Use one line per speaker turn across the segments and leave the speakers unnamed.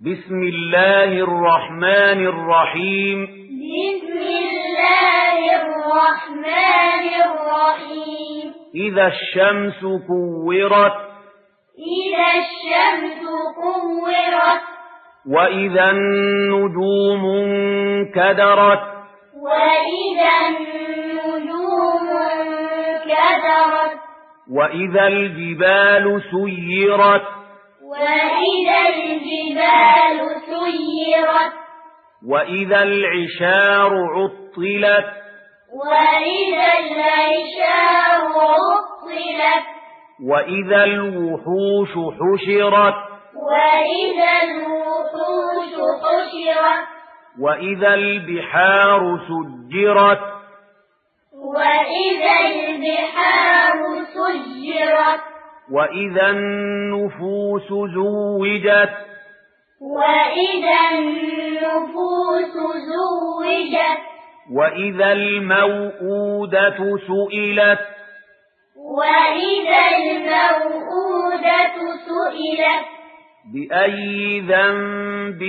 بسم الله الرحمن الرحيم
بسم الله الرحمن الرحيم
إذا الشمس كورت
إذا الشمس كورت
وإذا النجوم انكدرت
وإذا النجوم انكدرت
وإذا الجبال سيرت
وإذا الجبال سيرت
وإذا العشار عطلت
وإذا العشار عطلت
وإذا الوحوش حشرت
وإذا الوحوش حشرت
وإذا البحار سجرت
وإذا البحار سجرت
وإذا النفوس زوجت
وإذا النفوس زوجت
وإذا الموءودة سئلت
وإذا الموءودة سئلت
بأي ذنب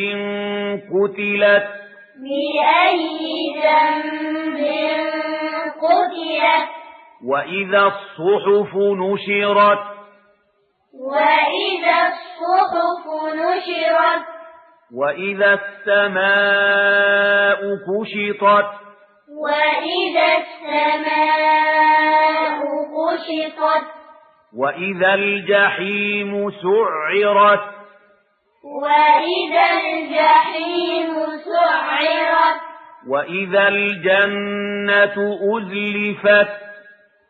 قتلت
بأي ذنب قتلت
وإذا الصحف نشرت
وإذا الصحف نشرت
وإذا السماء كشطت
وإذا السماء كشطت
وإذا الجحيم سعرت
وإذا الجحيم سعرت
وإذا الجنة أزلفت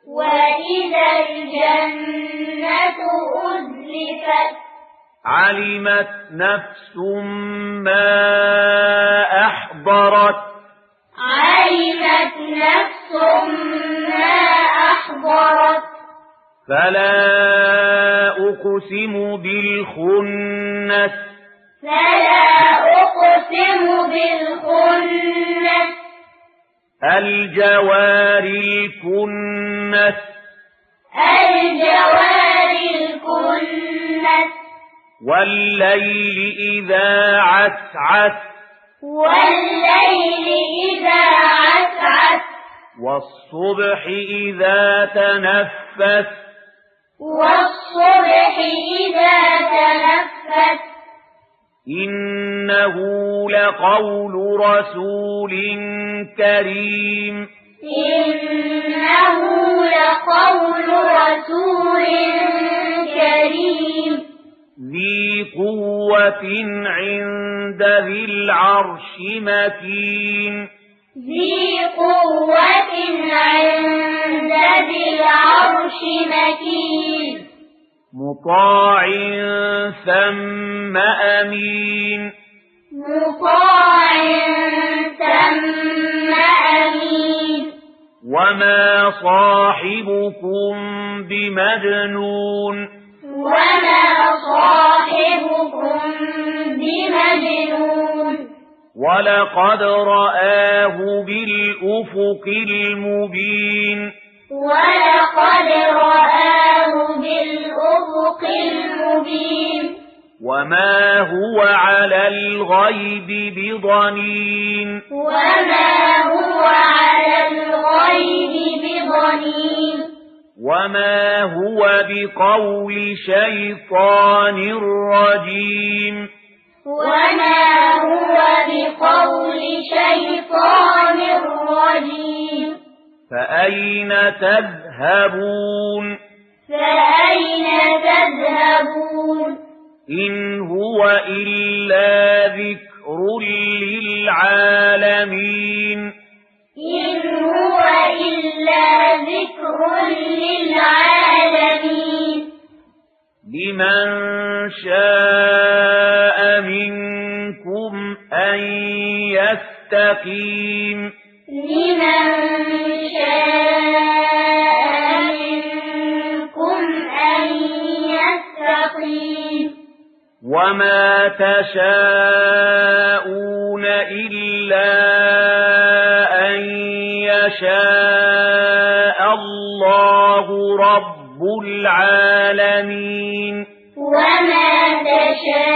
وإذا الجنة أزلفت
علمت نفس ما أحضرت
علمت نفس ما أحضرت
فلا أقسم بالخنس
فلا أقسم بالخنس
الجوار الكنس
الجوار الكنس
والليل إذا عسعس
والليل إذا عسعس
والصبح إذا تنفس
والصبح إذا تنفس
إنه لقول رسول كريم
إنه لقول رسول كريم
ذي قوة عند ذي العرش مكين
ذي قوة عند ذي العرش مكين
مطاع ثم أمين
مطاع ثم أمين
وما صاحبكم بمجنون
وما صاحبكم بمجنون
ولقد رآه بالأفق المبين
ولقد رآه بالأفق المبين
وما هو على الغيب بضنين
وما هو على الغيب بضنين
وما هو بقول شيطان رجيم
وما هو بقول شيطان رجيم
فأين تذهبون
فأين تذهبون
إن هو إلا ذكر للعالمين
إن هو إلا ذكر للعالمين
لمن شاء منكم أن يستقيم
لمن شاء منكم أن يستقيم
وما تشاءون إلا أن يشاء الله رب العالمين
وما تشاءون